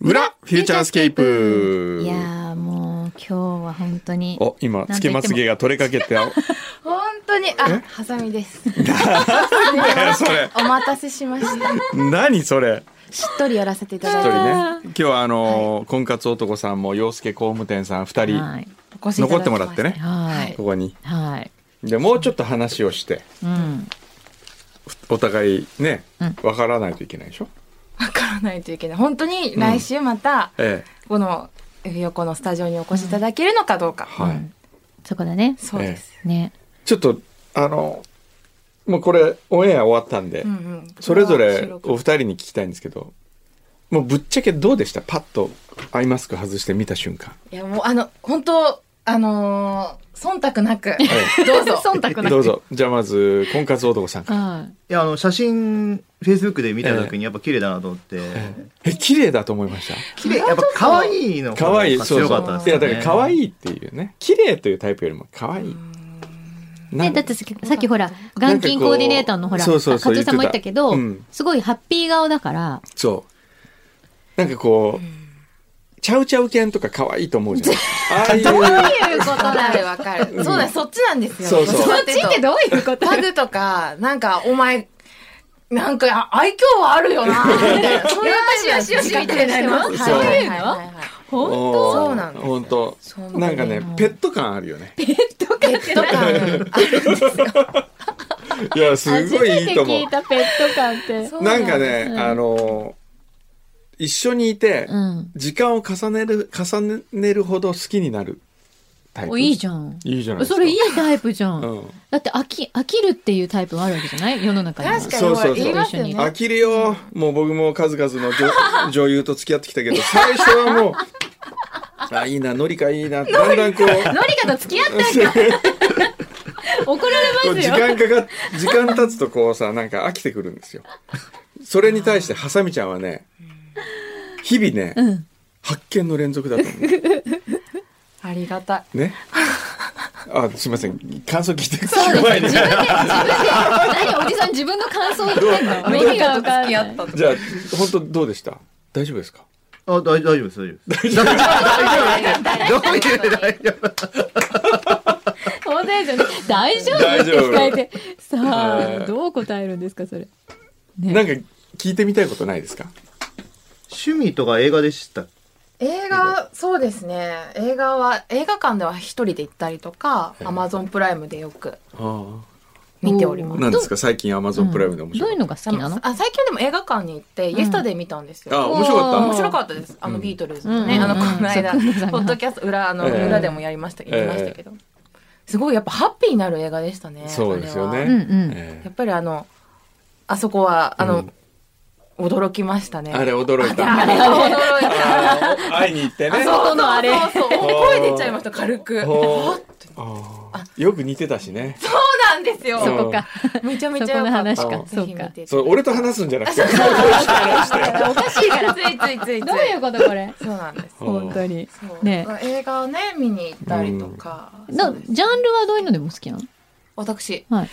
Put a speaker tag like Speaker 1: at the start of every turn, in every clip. Speaker 1: フューチャースケープ
Speaker 2: いやーもう今日は本当に
Speaker 1: お今つけまつげが取れかけてあ
Speaker 2: 本当にあハサミ です
Speaker 1: なんだよそれ
Speaker 2: お待たせしました
Speaker 1: 何それ
Speaker 2: しっとりやらせていた
Speaker 1: 一
Speaker 2: だい
Speaker 1: 人
Speaker 2: て
Speaker 1: ね今日はあのー婚活男さんも洋介工務店さん二人、
Speaker 2: はい
Speaker 3: お越しいただき
Speaker 1: 残
Speaker 3: ました
Speaker 1: ってもらってね
Speaker 3: はい
Speaker 1: ここに
Speaker 3: はい
Speaker 1: でもうちょっと話をして
Speaker 3: うん
Speaker 1: お互いね
Speaker 3: うん
Speaker 1: わからないといけないでしょ、
Speaker 4: わからないといけない本当に来週また
Speaker 1: え
Speaker 4: この F 横のスタジオにお越しいただけるのかどうか
Speaker 1: え、はい、
Speaker 3: そこだね
Speaker 4: そうです、
Speaker 3: ね
Speaker 1: ちょっとあのもうこれオンエア終わったんで、
Speaker 4: うんうん
Speaker 1: それぞれ
Speaker 4: こ
Speaker 1: お二人に聞きたいんですけどもうぶっちゃけどうでしたパッとアイマスク外して見た瞬間
Speaker 4: いやもうあの本当あのー、忖度なくどうぞ
Speaker 3: 忖度なく
Speaker 1: どうぞじゃあまず婚活男さんから
Speaker 3: はい
Speaker 5: いやあの写真フェイスブックで見た時にやっぱ綺麗だなと思って、
Speaker 1: え綺麗だと思いました
Speaker 5: 綺麗やっぱ可愛いの
Speaker 1: 可愛い
Speaker 5: が
Speaker 1: そう
Speaker 5: 強
Speaker 1: そ
Speaker 5: か
Speaker 1: う
Speaker 5: ったです
Speaker 1: い
Speaker 5: よ
Speaker 1: や
Speaker 5: ね
Speaker 1: だから可愛いっていうね綺麗というタイプよりも可愛いな
Speaker 3: ね、
Speaker 1: ん
Speaker 3: だってささっきほら眼筋コーディネーターのほら
Speaker 1: そうそうそう
Speaker 3: 加藤さんも言ったけど、
Speaker 1: 言ってたうん
Speaker 3: すごいハッピー顔だから
Speaker 1: そうなんかこうちゃうちゃう犬とか可愛いと思うじゃんああいう
Speaker 3: ということ
Speaker 4: わか
Speaker 3: だ
Speaker 4: る
Speaker 3: よ
Speaker 4: わかるそうだよそっちなんですよ
Speaker 1: そうそう
Speaker 4: っちってどういうことパグとかなんかお前なんかあ愛嬌はあるよなみたいなそういうよしよしみたいな
Speaker 1: のそう
Speaker 4: はいはいはいはい
Speaker 1: おー
Speaker 4: そうなんですよ
Speaker 1: 本当
Speaker 4: そうなんですよ
Speaker 1: なんかねペット感あるよね
Speaker 4: ペット感あるんですよ
Speaker 1: いやすごいいいと思う
Speaker 3: 初めて聞いたペット感って
Speaker 4: そう
Speaker 1: なんか
Speaker 4: です
Speaker 1: ね、あのー一緒にいて、
Speaker 3: うん
Speaker 1: 時間を重ねる、重ねるほど好きになるタイ
Speaker 3: お
Speaker 1: プ。
Speaker 3: いいじゃん
Speaker 1: いいじゃないですか。
Speaker 3: それいいタイプじゃん、
Speaker 1: うん。
Speaker 3: だって飽き飽きるっていうタイプもあるわけじゃない世の中には
Speaker 4: 確か
Speaker 1: そ
Speaker 4: に
Speaker 1: う
Speaker 4: ほ
Speaker 1: そうそう
Speaker 4: ら言いますよ
Speaker 3: 一緒に
Speaker 4: ね
Speaker 1: 飽きるよ。もう僕も数々の女 女優と付き合ってきたけど、最初はもう、 あ、いいな、ノリカいいな、だんだんこう、
Speaker 3: ノリカと付き合っ 怒ら
Speaker 1: こ
Speaker 3: れ
Speaker 1: う
Speaker 3: ます
Speaker 1: 時
Speaker 3: よ
Speaker 1: 間かか、時間経つとこうさ、なんか飽きてくるんですよ。それに対して、ハサミちゃんはね、日々ね、
Speaker 3: うん
Speaker 1: 発見の連続だと思う。
Speaker 4: ありがたい
Speaker 1: ね。あ、すみません。感想聞いてくだ前に。じゃあ、
Speaker 3: 何おじさん自分の感想言ってんの
Speaker 4: アメリカと付き合ったと
Speaker 1: 本当どうでした。大丈夫ですか。
Speaker 5: あ大大丈夫です大丈夫です大丈 夫大丈夫大丈夫
Speaker 3: 本当ですよね大丈夫
Speaker 1: 大
Speaker 3: っ
Speaker 1: 丈夫
Speaker 3: て聞かれてさ
Speaker 1: は
Speaker 3: あ
Speaker 1: い
Speaker 3: どう答えるんですかそれね
Speaker 1: なんか聞いてみたいことないですか。
Speaker 5: 趣味とか映画でした
Speaker 4: 映画そうですね映画は映画館では一人で行ったりとかアマゾンプライムでよく
Speaker 1: あ
Speaker 4: 見ております
Speaker 1: なんですか。最近アマゾンプライムで面
Speaker 3: ど
Speaker 1: 白
Speaker 3: うい。
Speaker 1: いう
Speaker 3: のが好きなの
Speaker 4: あ最近でも映画館に行って、イエスタデー見たんです
Speaker 1: あ、
Speaker 4: よ
Speaker 1: 面白か
Speaker 3: あ
Speaker 4: 面
Speaker 1: っ
Speaker 4: 白かったですあの、ビートルズの
Speaker 3: う
Speaker 4: ね
Speaker 3: ん
Speaker 4: あのこの間
Speaker 3: う
Speaker 4: ポ
Speaker 3: んうんうん
Speaker 4: ッドキャスト裏あの、
Speaker 1: ええ
Speaker 4: 裏でもやりました
Speaker 1: ええ
Speaker 4: 言いましたけど、すごいやっぱハッピーになる映画でしたね
Speaker 1: た。そうですよ
Speaker 4: あ
Speaker 1: ね。
Speaker 4: れは
Speaker 3: うんうん
Speaker 1: え
Speaker 4: やっぱりあのあそこはあの、驚きましたね
Speaker 1: えあれ驚い
Speaker 4: あ
Speaker 1: た。
Speaker 4: れ驚いた
Speaker 1: あー会いに行ってね。
Speaker 3: このあれ
Speaker 4: そうそう声出ちゃいました軽く
Speaker 1: ほう
Speaker 4: あっと
Speaker 1: あーよく似てたしね。
Speaker 4: そうなんですよ
Speaker 1: そう
Speaker 3: そこか
Speaker 4: めちゃめ
Speaker 3: そ
Speaker 4: ち
Speaker 3: こ
Speaker 4: ゃ
Speaker 3: の話
Speaker 1: あ
Speaker 3: か
Speaker 4: ぜ
Speaker 3: そ
Speaker 4: ひ
Speaker 3: う
Speaker 4: 見
Speaker 3: か
Speaker 4: て
Speaker 1: そう、俺と話すんじゃなくて。
Speaker 3: おかしいから
Speaker 4: ついついついつい
Speaker 3: どういうことこれ
Speaker 4: そうなんです
Speaker 3: 本当に
Speaker 4: そう
Speaker 3: ね
Speaker 4: 映画をね見に行ったりとか、
Speaker 3: な
Speaker 4: そうです
Speaker 3: ジャンルはどういうのでも好きなの
Speaker 4: 私
Speaker 3: はい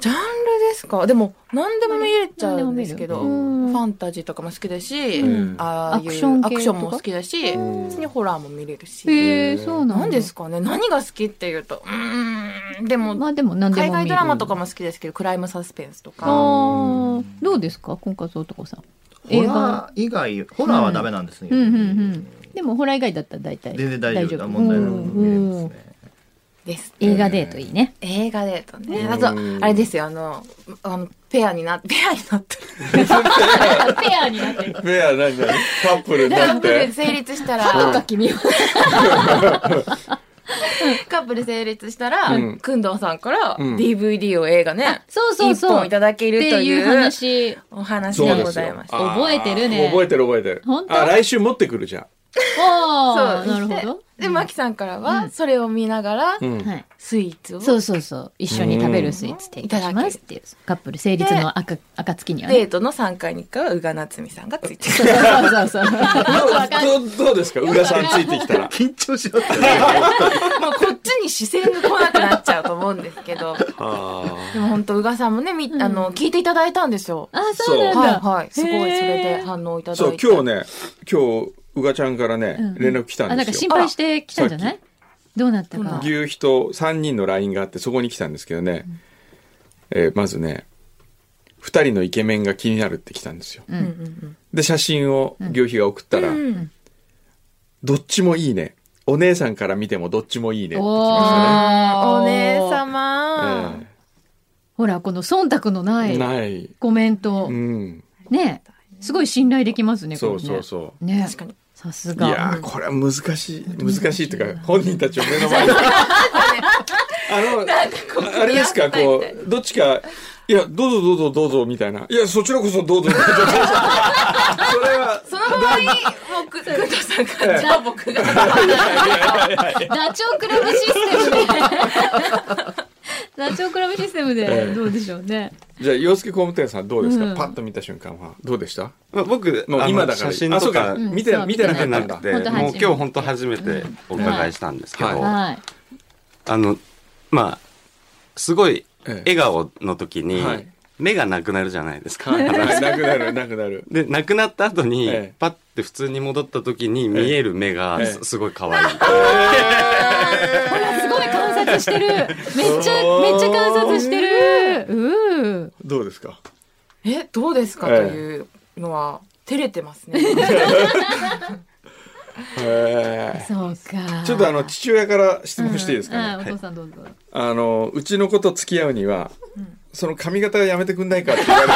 Speaker 4: ジャンルですかでも何でも見れちゃうんですけど
Speaker 3: 何で
Speaker 4: フ
Speaker 3: も見る
Speaker 4: ァンタジーとかも好きだし、
Speaker 1: うん
Speaker 4: ああい
Speaker 3: ア
Speaker 4: う
Speaker 3: クション系とか
Speaker 4: アクションも好きだし
Speaker 1: うん
Speaker 4: 普通にホラーも見れるし
Speaker 3: へえそうなんだ
Speaker 4: 何ですかね何が好きっていうとうーんでも
Speaker 3: まあでも何でも見る
Speaker 4: 海外ドラマとかも好きですけどクライムサスペンスと
Speaker 3: あ
Speaker 4: か
Speaker 3: ーどうですか婚活男さん
Speaker 5: ホラー以外ホラーはダメなんですね、
Speaker 3: うんうんうんでもホラー以外だったら大体
Speaker 5: 全然大丈夫
Speaker 3: 夫
Speaker 5: 問題なく見れ
Speaker 3: う
Speaker 5: ま
Speaker 3: ん
Speaker 5: すね
Speaker 4: です
Speaker 3: 映画デートいいね
Speaker 4: 映画デートね
Speaker 1: うん
Speaker 4: あとあれですよあのあのペアにな ペアになって
Speaker 3: ペアになってる
Speaker 1: フェアなんじゃないカップルに
Speaker 4: カ
Speaker 1: な
Speaker 4: ッ
Speaker 1: っ
Speaker 4: プル
Speaker 1: て。
Speaker 4: 成立した
Speaker 3: そう
Speaker 4: ら
Speaker 3: か君は
Speaker 4: カップル成立したら
Speaker 1: うん
Speaker 4: くんどうさんから
Speaker 1: うん
Speaker 4: DVD を映画ね
Speaker 3: そうそう
Speaker 4: 一
Speaker 3: そう
Speaker 4: 本いただける
Speaker 3: って
Speaker 4: と
Speaker 3: い
Speaker 4: いうう
Speaker 3: 話
Speaker 4: お話
Speaker 1: そう
Speaker 4: で
Speaker 1: で
Speaker 4: ご
Speaker 1: す
Speaker 4: ざい
Speaker 1: よ
Speaker 4: ま。した
Speaker 1: あー
Speaker 3: 覚えてるね
Speaker 1: 覚えてる覚えてる
Speaker 3: 本。当
Speaker 1: あ、来週持ってくるじゃん。
Speaker 3: ああ
Speaker 4: そう
Speaker 3: なるほど
Speaker 4: でマキさんからはそれを見ながら
Speaker 1: うん
Speaker 3: はい
Speaker 4: スイーツを
Speaker 3: そうそうそう一緒に食べるスイーツ提供しますっていうカップル成立の赤暁には
Speaker 4: デ
Speaker 3: ね
Speaker 4: ートの3回に1回は宇賀なつみさんがついて
Speaker 3: そう
Speaker 4: る
Speaker 3: そうそうそう
Speaker 1: どうどうどうですか浦さんついてきた ら。
Speaker 5: 緊張しますよね
Speaker 4: もうこっちに視線が来なくなっちゃうと思うんですけどでも本当宇賀さんもねみ、あの聞いていただいたんですよ
Speaker 3: あそうなんだ
Speaker 4: はいはいすごいそれ
Speaker 3: へ
Speaker 4: で
Speaker 3: ー
Speaker 4: 反応いただいて
Speaker 1: そう今日ね今日うがちゃんからね、
Speaker 3: うん
Speaker 1: 連絡来た
Speaker 3: あ、
Speaker 1: ん
Speaker 3: なん
Speaker 1: で
Speaker 3: か
Speaker 1: す
Speaker 3: 心
Speaker 1: よ。
Speaker 3: 配してきたんじゃないどうなった
Speaker 4: どうな
Speaker 3: か
Speaker 4: っ。
Speaker 1: 牛皮と3人の LINE があって、そこに来たんですけどね、えーまずね、2人のイケメンが気になるって来たんですよ。
Speaker 3: う
Speaker 4: うん
Speaker 3: ん。
Speaker 1: で、写真を牛皮が送ったら、
Speaker 4: うん
Speaker 1: どっちもいいね。お姉さんから見てもどっちもいいねって来
Speaker 3: お
Speaker 1: ま
Speaker 3: ー
Speaker 2: お姉
Speaker 1: した
Speaker 2: 様、
Speaker 1: ね。
Speaker 3: ほら、この忖度の
Speaker 1: え
Speaker 3: な
Speaker 1: え
Speaker 3: い
Speaker 1: ない。
Speaker 3: コメント
Speaker 1: う。ん。
Speaker 3: ねすごい信頼できますね、これ
Speaker 1: そ
Speaker 3: ね
Speaker 1: うそうそう。
Speaker 3: ね
Speaker 4: 確かに。
Speaker 3: さす
Speaker 1: いや
Speaker 3: が。
Speaker 1: ーこれは難しい難しいっていうか本人たちを目の 前にあのあれですかこうどっちか「いやどうぞどうぞどうぞ」みたいな「いやそちらこそ どうぞどうぞ」どうぞそれは
Speaker 4: その場合、もう、く、くんとさんから、じゃあ僕が。
Speaker 3: ダチョウクラブシステムで。 ダチョウクラブシステム
Speaker 1: え
Speaker 3: で
Speaker 1: え
Speaker 3: どうでしょうね。
Speaker 1: じゃあ洋介工務店さんどうですか、
Speaker 3: うん
Speaker 1: パッと見た瞬間はどうでした
Speaker 5: まあ、僕
Speaker 1: もう今だから
Speaker 6: 写真
Speaker 1: あそ
Speaker 6: と
Speaker 1: うか
Speaker 6: か
Speaker 3: ん
Speaker 1: 見て
Speaker 3: そう
Speaker 1: 見てなかっ
Speaker 6: 見て
Speaker 1: た
Speaker 6: なん
Speaker 1: だ
Speaker 6: くて、
Speaker 3: 本当初めて
Speaker 6: もう今日本当初めてお伺いしたんですけど、
Speaker 3: はい。
Speaker 6: あの、まあ、すごい
Speaker 1: ええ
Speaker 6: 笑顔の時に
Speaker 1: はい、
Speaker 6: 目がなくなるじゃないですか。
Speaker 1: はいはいなくなるなくなる
Speaker 6: で、なくなった後に、
Speaker 1: ええ
Speaker 6: パッて普通に戻った時に見える目が
Speaker 1: ええ
Speaker 6: すすごい可愛い。
Speaker 3: ほら、すごい観察してる。めっちゃ、めっちゃ観察してる。うー。
Speaker 1: どうですか
Speaker 4: え、どうですかと
Speaker 1: ええ
Speaker 4: いうのは、照れてます ね。
Speaker 1: へえ
Speaker 3: そうか。
Speaker 1: ちょっとあの父親から質問していいですかね、
Speaker 3: うんうんお父さんどうぞ。
Speaker 1: あのうちの子と付き合うには、その髪型やめてくんないかって言われて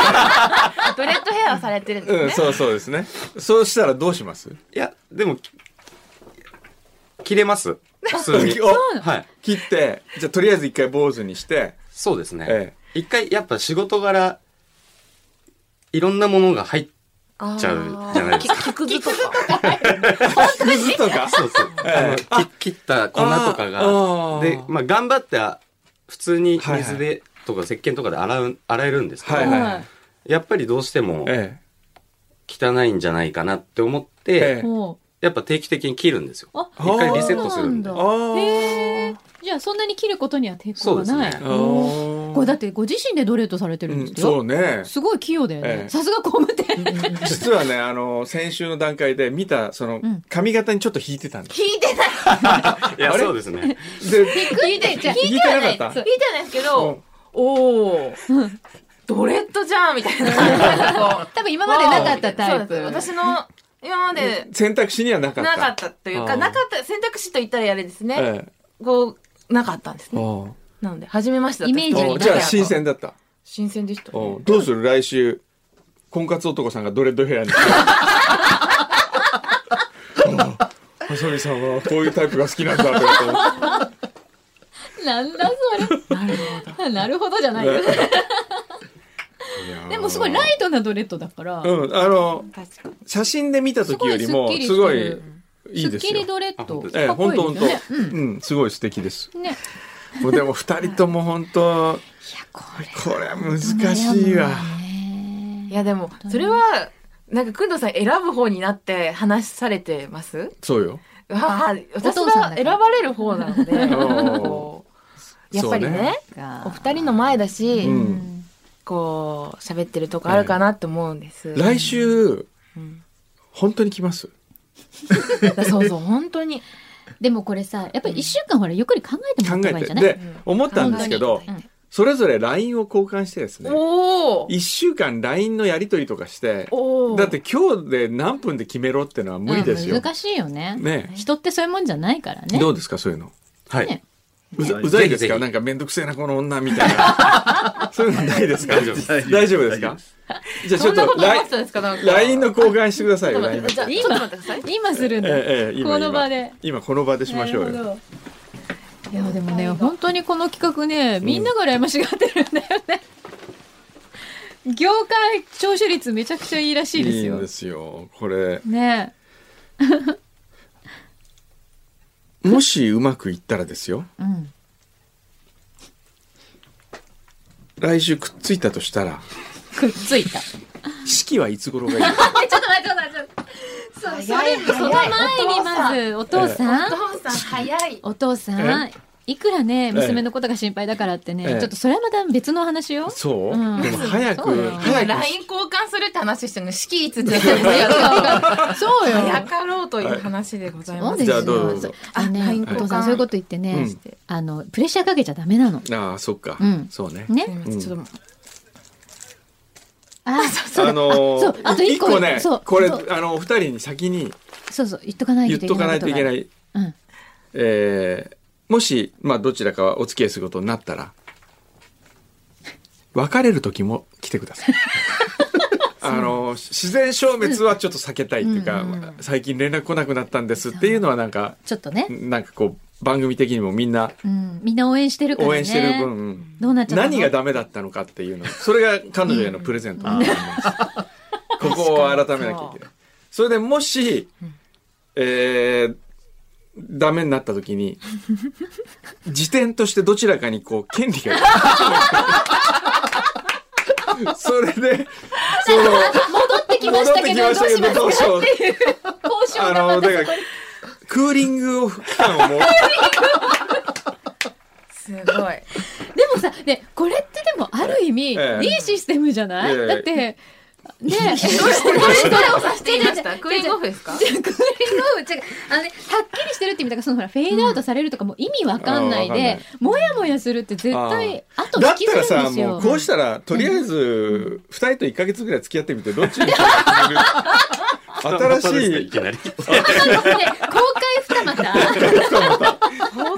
Speaker 2: ドレッドヘアをされてるんですね、
Speaker 1: うん、そうそうですね。そうしたらどうします？
Speaker 6: いや、でも、き切れます。普通に。
Speaker 1: お
Speaker 6: はい。
Speaker 1: 切って、じゃあとりあえず一回坊主にして、
Speaker 6: そうですね。
Speaker 1: え
Speaker 6: 一回、やっぱ仕事柄、いろんなものが入っ
Speaker 4: あー
Speaker 6: ちゃうじゃないですか。
Speaker 4: 木くずとか。
Speaker 1: クズとか。
Speaker 6: そ うそう。
Speaker 1: ええ
Speaker 6: あのき切った粉とか
Speaker 1: ああ
Speaker 6: が。で、まあ、頑張って、あ普通に水
Speaker 1: は
Speaker 6: で、とか石鹸とかで洗う、洗えるんですけど、
Speaker 1: はいはい
Speaker 3: はい
Speaker 6: やっぱりどうしても
Speaker 1: え
Speaker 6: 汚いんじゃないかなって思って、
Speaker 1: え
Speaker 3: ほ
Speaker 6: やっぱ定期的に切るんですよ。
Speaker 3: う。あ、
Speaker 6: 一回リセットするんで
Speaker 3: そう。なんだ
Speaker 1: あ
Speaker 3: へえ。じゃあそんなに切ることには抵抗
Speaker 6: そう
Speaker 3: が
Speaker 6: です
Speaker 3: な
Speaker 6: ね
Speaker 3: い。
Speaker 1: あ。
Speaker 3: おー
Speaker 1: ー
Speaker 3: これだっ、てご自身でドレートされてる
Speaker 1: うん
Speaker 3: で
Speaker 1: ん、
Speaker 3: すよ。
Speaker 1: そうね。
Speaker 3: すごい器用だよ
Speaker 1: ええ
Speaker 3: ね。さすが工務店。
Speaker 1: 実はね、あの、先週の段階で見た、その
Speaker 3: ん、
Speaker 1: 髪型にちょっと引いてたんです。
Speaker 4: 聞いてない。
Speaker 6: いや、
Speaker 1: あれ
Speaker 6: そうですね。
Speaker 1: で、
Speaker 4: 聞いてない。
Speaker 1: 引いてなかっ
Speaker 4: 聞い
Speaker 1: た
Speaker 4: てないですけ
Speaker 1: う
Speaker 4: ど
Speaker 1: ん、
Speaker 4: おお。ドレッドじゃんみたいな。なんかこう
Speaker 3: 多分今までなかったタイプ。
Speaker 4: そうです私の、今まで、
Speaker 1: 選択肢にはなかった。
Speaker 4: なかったという
Speaker 1: あ
Speaker 4: か、
Speaker 1: ー
Speaker 4: なかった、選択肢と言ったらあれですね。
Speaker 1: ええ
Speaker 4: こう、なかったんですね。
Speaker 1: お
Speaker 4: なので、初めましてだった
Speaker 3: イメージ
Speaker 1: ー
Speaker 3: に
Speaker 1: じゃあ
Speaker 4: だけだ
Speaker 1: 新
Speaker 4: と
Speaker 1: 鮮だった。
Speaker 4: 新鮮でしたね。
Speaker 1: おーどうする来週、婚活男さんがドレッドヘアに。あ細見さんはこういうタイプが好きなんだとかっ
Speaker 3: なんだそれ。なるほど。 なるほどじゃないよ。
Speaker 1: て。
Speaker 3: でもすごいライトなドレッドだから、
Speaker 1: うん、あの、
Speaker 4: 確かに。
Speaker 1: 写真で見た時よりも、す
Speaker 3: す
Speaker 1: ご
Speaker 3: ご
Speaker 1: い
Speaker 3: い、
Speaker 1: いい
Speaker 3: すっ
Speaker 1: です
Speaker 3: き
Speaker 1: よ
Speaker 3: り。ドレッド。
Speaker 1: ええ、
Speaker 3: かっこ
Speaker 1: 本
Speaker 3: いい
Speaker 1: 当本
Speaker 3: で
Speaker 1: 当
Speaker 3: すよね。
Speaker 1: うん、すごい素敵です。
Speaker 3: うん。ね。
Speaker 1: もうでも二人とも本当、
Speaker 3: こ
Speaker 1: これは難しいわ。
Speaker 4: いや、でも、それは、なんか、くんどうさん選ぶ方になって話されてます
Speaker 1: そうよ。
Speaker 4: わあ、私
Speaker 3: お父さん
Speaker 4: は
Speaker 3: だ
Speaker 4: 選
Speaker 3: から
Speaker 4: ばれる方なので、こうやっぱりね
Speaker 1: そうね
Speaker 4: お二人の前だし、
Speaker 1: う
Speaker 3: うんん。
Speaker 4: こう、喋ってるとこあるかなって思うんです。
Speaker 1: 来週
Speaker 4: ん、
Speaker 1: 本当に来ます
Speaker 4: そうそう、本当に。
Speaker 3: でもこれさ、やっぱり一週間ほらゆっくり考えて
Speaker 1: 考
Speaker 3: もらった
Speaker 1: え
Speaker 3: 方がいいんじ
Speaker 1: て。
Speaker 3: ゃない
Speaker 1: で、思ったんですけど
Speaker 4: 考え、て
Speaker 1: それぞれ LINE を交換してですね。
Speaker 4: おー
Speaker 1: 一週間 LINE のやり取りとかして、
Speaker 4: おー
Speaker 1: だって今日で何分で決めろってのは無理ですよ。
Speaker 3: 難しいよね。
Speaker 1: ねえ
Speaker 3: 人ってそういうもんじゃないからね。
Speaker 1: どうですかそういうの。
Speaker 6: は
Speaker 3: ね
Speaker 6: い。
Speaker 1: うざ
Speaker 6: ね
Speaker 1: うざいです
Speaker 6: ぜひぜ
Speaker 1: か
Speaker 6: ひ
Speaker 1: なんかめんどくせえなこの女みたいな。 そういうのないですか
Speaker 6: 大丈夫です。
Speaker 1: 大丈夫ですかじゃあち
Speaker 4: そ
Speaker 1: ょ
Speaker 4: ん
Speaker 1: っ
Speaker 4: なことと思ってたん
Speaker 1: LINE
Speaker 4: ですかなんか。
Speaker 1: LINE の交換してください
Speaker 4: ちょ
Speaker 1: よ、
Speaker 4: っと待っ
Speaker 1: LINE
Speaker 4: て、。ちょっと待ってください。
Speaker 3: 今するんだ。
Speaker 1: ええええ今
Speaker 3: この場で
Speaker 1: 今今この場でしましょうよ。
Speaker 3: いやでもね本当にこの企画ねみんなが羨ましがってるんだよね、業界聴取率めちゃくちゃいいらしいです
Speaker 1: いい
Speaker 3: よ
Speaker 1: んですよ。これ、
Speaker 3: ね
Speaker 1: もしうまくいったらですよ。
Speaker 3: うん
Speaker 1: 来週くっついたとしたら、
Speaker 3: くっついた
Speaker 1: 式はいつ頃がいいです か
Speaker 3: ちょっと待ってちょっと待って
Speaker 4: そ
Speaker 3: それその前にまずお父さん
Speaker 4: お父さん早い。
Speaker 3: お父さんいくらね娘のことが心配だからってね、
Speaker 1: ええ
Speaker 3: ちょっとそれはまた別の話よ。
Speaker 1: そう、
Speaker 3: うん
Speaker 1: でも早
Speaker 3: そう
Speaker 1: く
Speaker 3: よ
Speaker 1: 早く
Speaker 4: LINE 交換するって話してるの、敷居つつやってるんですよ
Speaker 3: そうよ。
Speaker 4: 早かろうという話でござい
Speaker 3: そ
Speaker 4: ま
Speaker 3: う
Speaker 4: す。
Speaker 3: です
Speaker 1: じゃ
Speaker 3: よ。
Speaker 1: あどうぞ
Speaker 3: そうあのね、
Speaker 4: はい
Speaker 3: お父さんそういうこと言ってね、
Speaker 1: うん
Speaker 3: あのプレッシャーかけちゃダメなの。
Speaker 1: ああそっか、
Speaker 3: うん
Speaker 1: そうね
Speaker 4: すい
Speaker 3: ね。
Speaker 4: ませんちょっと
Speaker 3: あ、そう
Speaker 1: あの
Speaker 3: そうあと一個
Speaker 1: ね
Speaker 3: そう
Speaker 1: これ
Speaker 3: そう
Speaker 1: あのお二人に先に
Speaker 3: そうそう言っとかない
Speaker 1: 言
Speaker 3: とい
Speaker 1: っ
Speaker 3: け
Speaker 1: とか
Speaker 3: な
Speaker 1: ないい
Speaker 3: こ
Speaker 1: い
Speaker 3: とと
Speaker 1: け
Speaker 3: が
Speaker 1: な
Speaker 3: ある。
Speaker 1: い
Speaker 3: うん。
Speaker 1: えーもし、まあ、どちらかお付き合いすることになったら、別れる時も来てくださ い。あの、自然消滅はちょっと避けたいっていうか、
Speaker 3: うんうん
Speaker 1: 最近連絡来なくなったんですっていうのはなんか、
Speaker 3: ちょっとね、
Speaker 1: なんかこう、番組的にもみんな
Speaker 3: うん、みんな応援してるからね。
Speaker 1: 応援してる分、うん
Speaker 3: どうなっちゃったの
Speaker 1: 何がダメだったのかっていうの、それが彼女へのプレゼントだと思います。 ここを改めなきゃいけない。それでもし、えー、ダメになった時に、時点としてどちらかにこう、権利 が。それで、その、
Speaker 3: 戻ってきましたけどどうしますか
Speaker 1: どうしよう。
Speaker 3: 交渉
Speaker 1: あ
Speaker 3: が
Speaker 1: の、
Speaker 3: また
Speaker 1: だから、クーリングを、期間をもう、
Speaker 4: すごい。
Speaker 3: でもさ、ね、これってでもある意味、
Speaker 1: ええ
Speaker 3: いいシステムじゃない、
Speaker 1: ええ
Speaker 3: だって、ね、どうして
Speaker 4: どうさせていましたクーリングオフですか
Speaker 3: クーリングオフ違うあのねはっきりしてるって意味だからそのほらフェードアウトされるとかも意味わかんない
Speaker 1: うんあーわ
Speaker 3: で、もやもやするって絶対後
Speaker 1: だ
Speaker 3: 引
Speaker 1: っ
Speaker 3: き
Speaker 1: たら
Speaker 3: するん
Speaker 1: さ、
Speaker 3: です
Speaker 1: も
Speaker 3: よ。
Speaker 1: うこうしたら、とりあえず、二人と一ヶ月ぐらい付き合ってみて、どっちに行く か
Speaker 6: パパですか
Speaker 1: 新
Speaker 6: い
Speaker 1: しい
Speaker 6: きなり。
Speaker 3: ね公開二股
Speaker 4: 公開二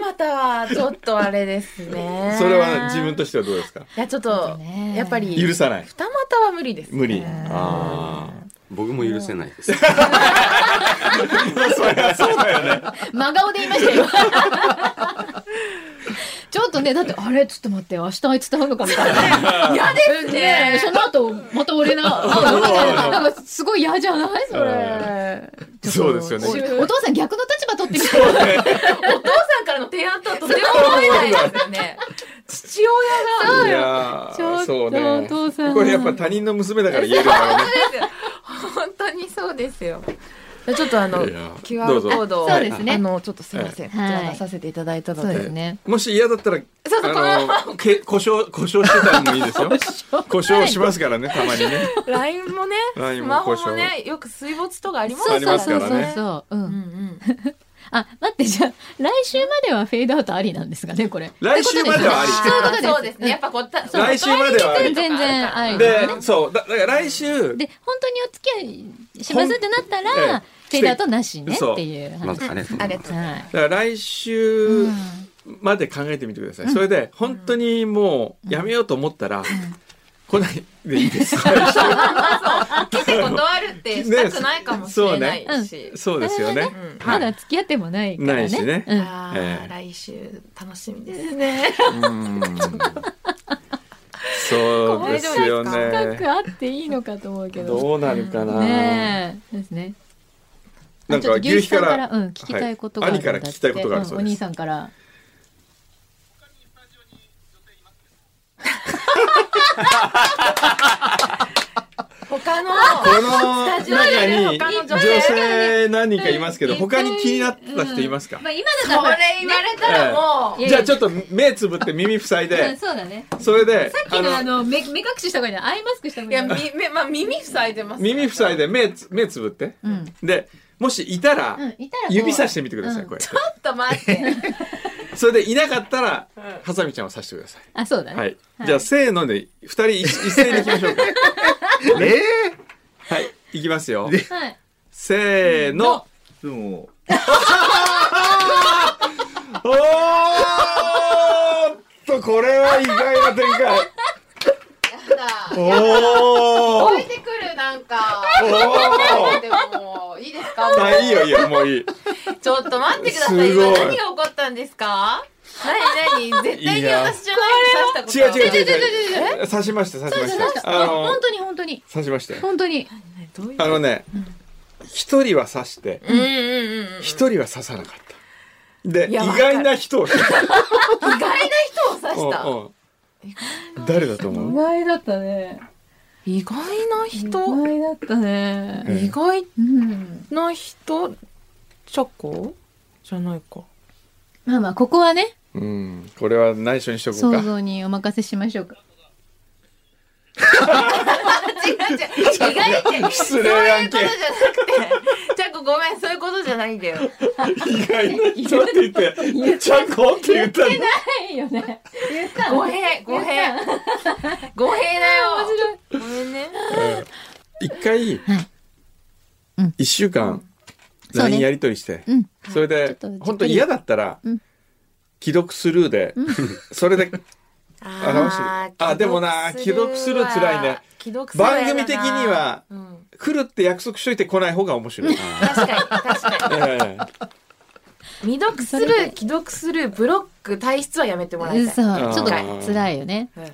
Speaker 4: 股はちょっとあれですね。
Speaker 1: それは自分としてはどうですか
Speaker 4: いやちょっと
Speaker 3: ね
Speaker 4: やっぱり
Speaker 1: 許さない。
Speaker 4: 二股は無理です。
Speaker 1: 無理。あ
Speaker 6: 僕も許せないです。
Speaker 3: 真顔で言いましたよ。 ちょっとね、だって、あれ、ちょっと待って、明日あいつと会うのかみたいな。嫌ですね。その後、また俺な、会うみたいな。なんか、すごい嫌じゃないそれ。
Speaker 1: あ。そうですよね。
Speaker 3: お父さん逆の立場取ってみて。
Speaker 4: お父さんからの提案とはとても思えないですよね。父親が。
Speaker 1: いやー
Speaker 3: ちょっと
Speaker 1: そうね
Speaker 3: お父さん
Speaker 1: これやっぱ他人の娘だから言えるからね。
Speaker 4: 本当にそうですよ。ちょっとあの
Speaker 1: いや、
Speaker 4: QR
Speaker 1: どうぞ
Speaker 4: コードを、
Speaker 3: そうですね
Speaker 4: あの、ちょっとすいません。こち
Speaker 3: はい
Speaker 4: ら出させていただいたので。
Speaker 3: ね。
Speaker 1: もし嫌だったら、
Speaker 4: そうそう
Speaker 1: あの、け故障、故障してたのもいい ですよ。故障しますからね、たまにね。
Speaker 4: LINE もね、ス
Speaker 1: LINE
Speaker 4: マ
Speaker 1: も
Speaker 4: ホ
Speaker 1: 故障
Speaker 4: もね、よく水没とかあります
Speaker 3: そ
Speaker 1: あ
Speaker 3: う
Speaker 4: か
Speaker 1: り
Speaker 3: そ
Speaker 4: ら
Speaker 3: う
Speaker 1: ます
Speaker 3: そう
Speaker 1: からね
Speaker 3: そうそう。う
Speaker 4: うん
Speaker 3: ん。
Speaker 4: うん。
Speaker 3: あ、待って、じゃあ、来週まではフェードアウトありなんですかね、これ。
Speaker 1: 来週まではあり
Speaker 3: そういうことです。
Speaker 4: そうですね。やっぱこう、た
Speaker 1: 来週まではあり
Speaker 3: 全然ありだよね
Speaker 1: で、そう、だだから来週、
Speaker 3: で、本当にお付き合いしますってなったら、
Speaker 1: ほん
Speaker 3: フェードアウトなしね
Speaker 1: そう
Speaker 3: っていう
Speaker 6: ま
Speaker 3: 話。
Speaker 6: ずあれです。
Speaker 4: ありがとうございます。
Speaker 3: は
Speaker 1: だ
Speaker 3: い。
Speaker 1: から来週まで考えてみてください。それで、本当にもうやめようと思ったら、来ないでいいです。
Speaker 4: 来て断るってしたくないかもしれないし。
Speaker 1: そうですよね。
Speaker 3: まだ付き合ってもないからね。
Speaker 1: ないしね
Speaker 3: うん
Speaker 4: ああ、
Speaker 1: ええ
Speaker 4: 来週楽しみですね。
Speaker 1: うんそうですよ
Speaker 3: 深く
Speaker 1: ね。
Speaker 3: あっていいのかと思うけど。
Speaker 1: どうなるかな。
Speaker 3: ねえ。ですね。
Speaker 1: なんか
Speaker 3: ちょっと
Speaker 1: 牛
Speaker 3: 牛
Speaker 1: 皮か
Speaker 3: さんからら、うん、聞きたいことがあるんだっ
Speaker 1: は
Speaker 3: て。
Speaker 1: い兄から聞きたいことがあるそうです
Speaker 3: んお兄さんから。
Speaker 4: 他の、
Speaker 1: この中に
Speaker 4: 他の
Speaker 1: 女
Speaker 4: 女
Speaker 1: 性何人かいますけど、他に気になった人いますか
Speaker 3: まあ今だ
Speaker 4: こ
Speaker 3: から。
Speaker 4: れ言われたらもう、
Speaker 1: じゃあちょっと目つぶって耳塞い
Speaker 3: うん
Speaker 1: で、
Speaker 3: そうだね。
Speaker 1: それで、
Speaker 3: さっきのあの、目目隠しした方がいいな。アイマスクした方
Speaker 4: い
Speaker 3: がい
Speaker 4: や、
Speaker 3: いな。
Speaker 4: み、めまあ、耳塞いでます。
Speaker 1: 耳塞いで目つ目つぶって。
Speaker 3: うん。
Speaker 1: で、もしいたら
Speaker 3: う、ん、い たらこう
Speaker 1: 指さしてみてください、
Speaker 3: うん
Speaker 1: こうや
Speaker 4: ちょっと 待って。
Speaker 1: って。それでいなかったら、ハサミちゃんを刺してください。
Speaker 3: あ、そうだね。
Speaker 1: はい。じゃあ、せーので、二人一一斉に行きましょうか。
Speaker 5: え
Speaker 1: はい。行きますよ。
Speaker 3: はい。
Speaker 1: せーの。
Speaker 5: ー、でも、
Speaker 1: おーっと、これは意外な展開。お
Speaker 4: 置
Speaker 1: ー
Speaker 4: いてくる、なんか。
Speaker 1: お
Speaker 4: でも、いいですか
Speaker 1: ーあ、いいよいいよ、もういい。
Speaker 4: ちょっと待ってください。
Speaker 1: すごい
Speaker 4: 今何が起こったんですか何何絶対に私じゃない
Speaker 1: 違う違う
Speaker 4: う。
Speaker 1: 違う違う。刺しました、刺しま
Speaker 3: そ
Speaker 1: し
Speaker 3: うそう
Speaker 1: た。あの
Speaker 3: 本、当に本当に。
Speaker 1: 刺しましたよ。
Speaker 3: 本当に。
Speaker 4: どういう
Speaker 1: あのね、一人は刺して、
Speaker 4: うんうんうんうん。
Speaker 1: 一人は刺さなかった。で、
Speaker 4: い
Speaker 1: 意
Speaker 4: や
Speaker 1: 外な人を刺した。
Speaker 4: 意外な人を刺した。
Speaker 1: うんうん誰だと思う
Speaker 3: 外だったね。
Speaker 4: 意外な人
Speaker 3: 外だったね。
Speaker 1: ええ
Speaker 4: 意外
Speaker 3: うん。
Speaker 4: な人チョコじゃないか。
Speaker 3: まあまあ、ここはね、
Speaker 1: うん。これは内緒にしとこう
Speaker 3: 想
Speaker 1: か。
Speaker 3: 像にお任せしましょうか。
Speaker 4: 違う違う。意外って。
Speaker 1: 失礼やん
Speaker 4: そういう
Speaker 1: け。
Speaker 4: ことじゃなくて。ちゃんこごめん、そういうことじゃないんだよ。
Speaker 1: 意外な。そうって言って、ちゃんこって言ったの。
Speaker 3: ないよね。言った
Speaker 4: 語
Speaker 3: の
Speaker 4: 弊、語弊。語弊だよ。
Speaker 3: 面白い。
Speaker 4: ごめんね。
Speaker 1: 一回
Speaker 3: はいうん、
Speaker 1: 一週間、
Speaker 3: そうね
Speaker 1: LINE やりとりして、
Speaker 3: うん。
Speaker 1: それ
Speaker 3: ちょっ
Speaker 1: で
Speaker 3: とじっく、り
Speaker 1: 本当嫌だったら
Speaker 3: うん、
Speaker 1: 既読スルーで、 それで、
Speaker 4: あー
Speaker 1: あでもな既読する辛いね。
Speaker 4: 既読するは嫌だな
Speaker 1: 番組的には
Speaker 4: うん
Speaker 1: 来るって約束しといて来ない方が面白い。
Speaker 4: 確かに、確かに。
Speaker 1: ええ
Speaker 4: 未読する、既読する、ブロック、体質はやめてもらいたい。
Speaker 3: そうう。
Speaker 1: ん
Speaker 3: ちょっと辛いよね。
Speaker 4: うん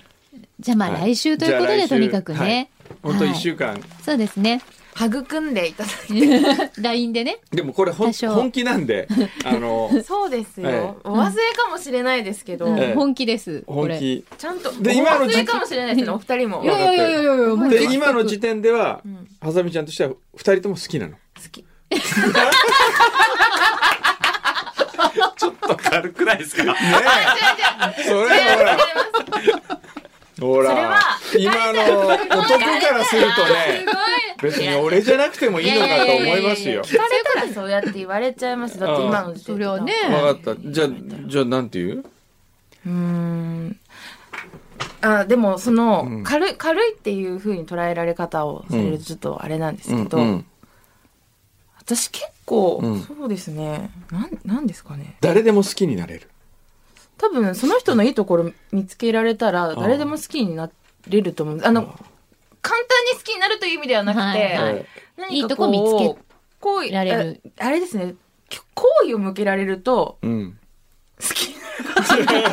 Speaker 3: じゃあまあ
Speaker 1: はい
Speaker 3: 来週ということ
Speaker 1: じゃ
Speaker 3: で、
Speaker 1: あ来週
Speaker 3: とにかくね。
Speaker 1: 本当
Speaker 3: はい
Speaker 1: 一週間。
Speaker 3: そうですね。
Speaker 4: 育んでいただい
Speaker 3: LINE でね。
Speaker 1: でもこれほん
Speaker 3: 多少
Speaker 1: 本気なんで、あの、
Speaker 4: て。そうですよ。
Speaker 1: ええ
Speaker 4: お忘れかもしれないですけど、
Speaker 3: うん
Speaker 1: ええ
Speaker 3: 本気です。 こ
Speaker 1: 本
Speaker 3: れ。
Speaker 1: 気。
Speaker 4: ちゃんと。
Speaker 1: で
Speaker 4: お
Speaker 1: 今の
Speaker 4: 忘
Speaker 1: 時期
Speaker 4: れかもしれないですね、お二人も。
Speaker 3: いや
Speaker 4: 好
Speaker 3: いやいやいやいやもう
Speaker 1: で、今の時点では
Speaker 4: ん、
Speaker 1: はさみちゃんとしては二人とも好きなの。
Speaker 4: き。
Speaker 6: ちょっと軽くないですか
Speaker 1: それはほら、ほ
Speaker 4: それ
Speaker 1: ら
Speaker 4: は、
Speaker 1: 今の男からするとね、別に俺じゃなくてもいいのかと思いますよ。
Speaker 4: 聞かれたらそうやって言われちゃいます。だって今の時点
Speaker 3: そ
Speaker 4: で
Speaker 3: れはね。。
Speaker 1: わかった。じゃあ、じゃあなんて言う
Speaker 4: うーん。あ、でも、その、
Speaker 1: うん
Speaker 4: 軽い、軽いっていう風に捉えられ方をされるとちょっとあれなんです
Speaker 1: う
Speaker 4: け
Speaker 1: ん
Speaker 4: ど、
Speaker 1: うん。
Speaker 4: 私結構、
Speaker 1: うん
Speaker 4: そうですね。なん、なんですかね。
Speaker 1: 誰でも好きになれる。
Speaker 4: 多分、その人のいいところ見つけられたら、誰でも好きになれると思う。あの、簡単に好きになるという意味ではなくて、
Speaker 3: はいはい
Speaker 1: え
Speaker 4: 何か
Speaker 3: いいとこ見つけ
Speaker 4: 好意
Speaker 3: られる
Speaker 4: ああれですね。好意を向けられると、
Speaker 1: えうん。
Speaker 4: 好きになる。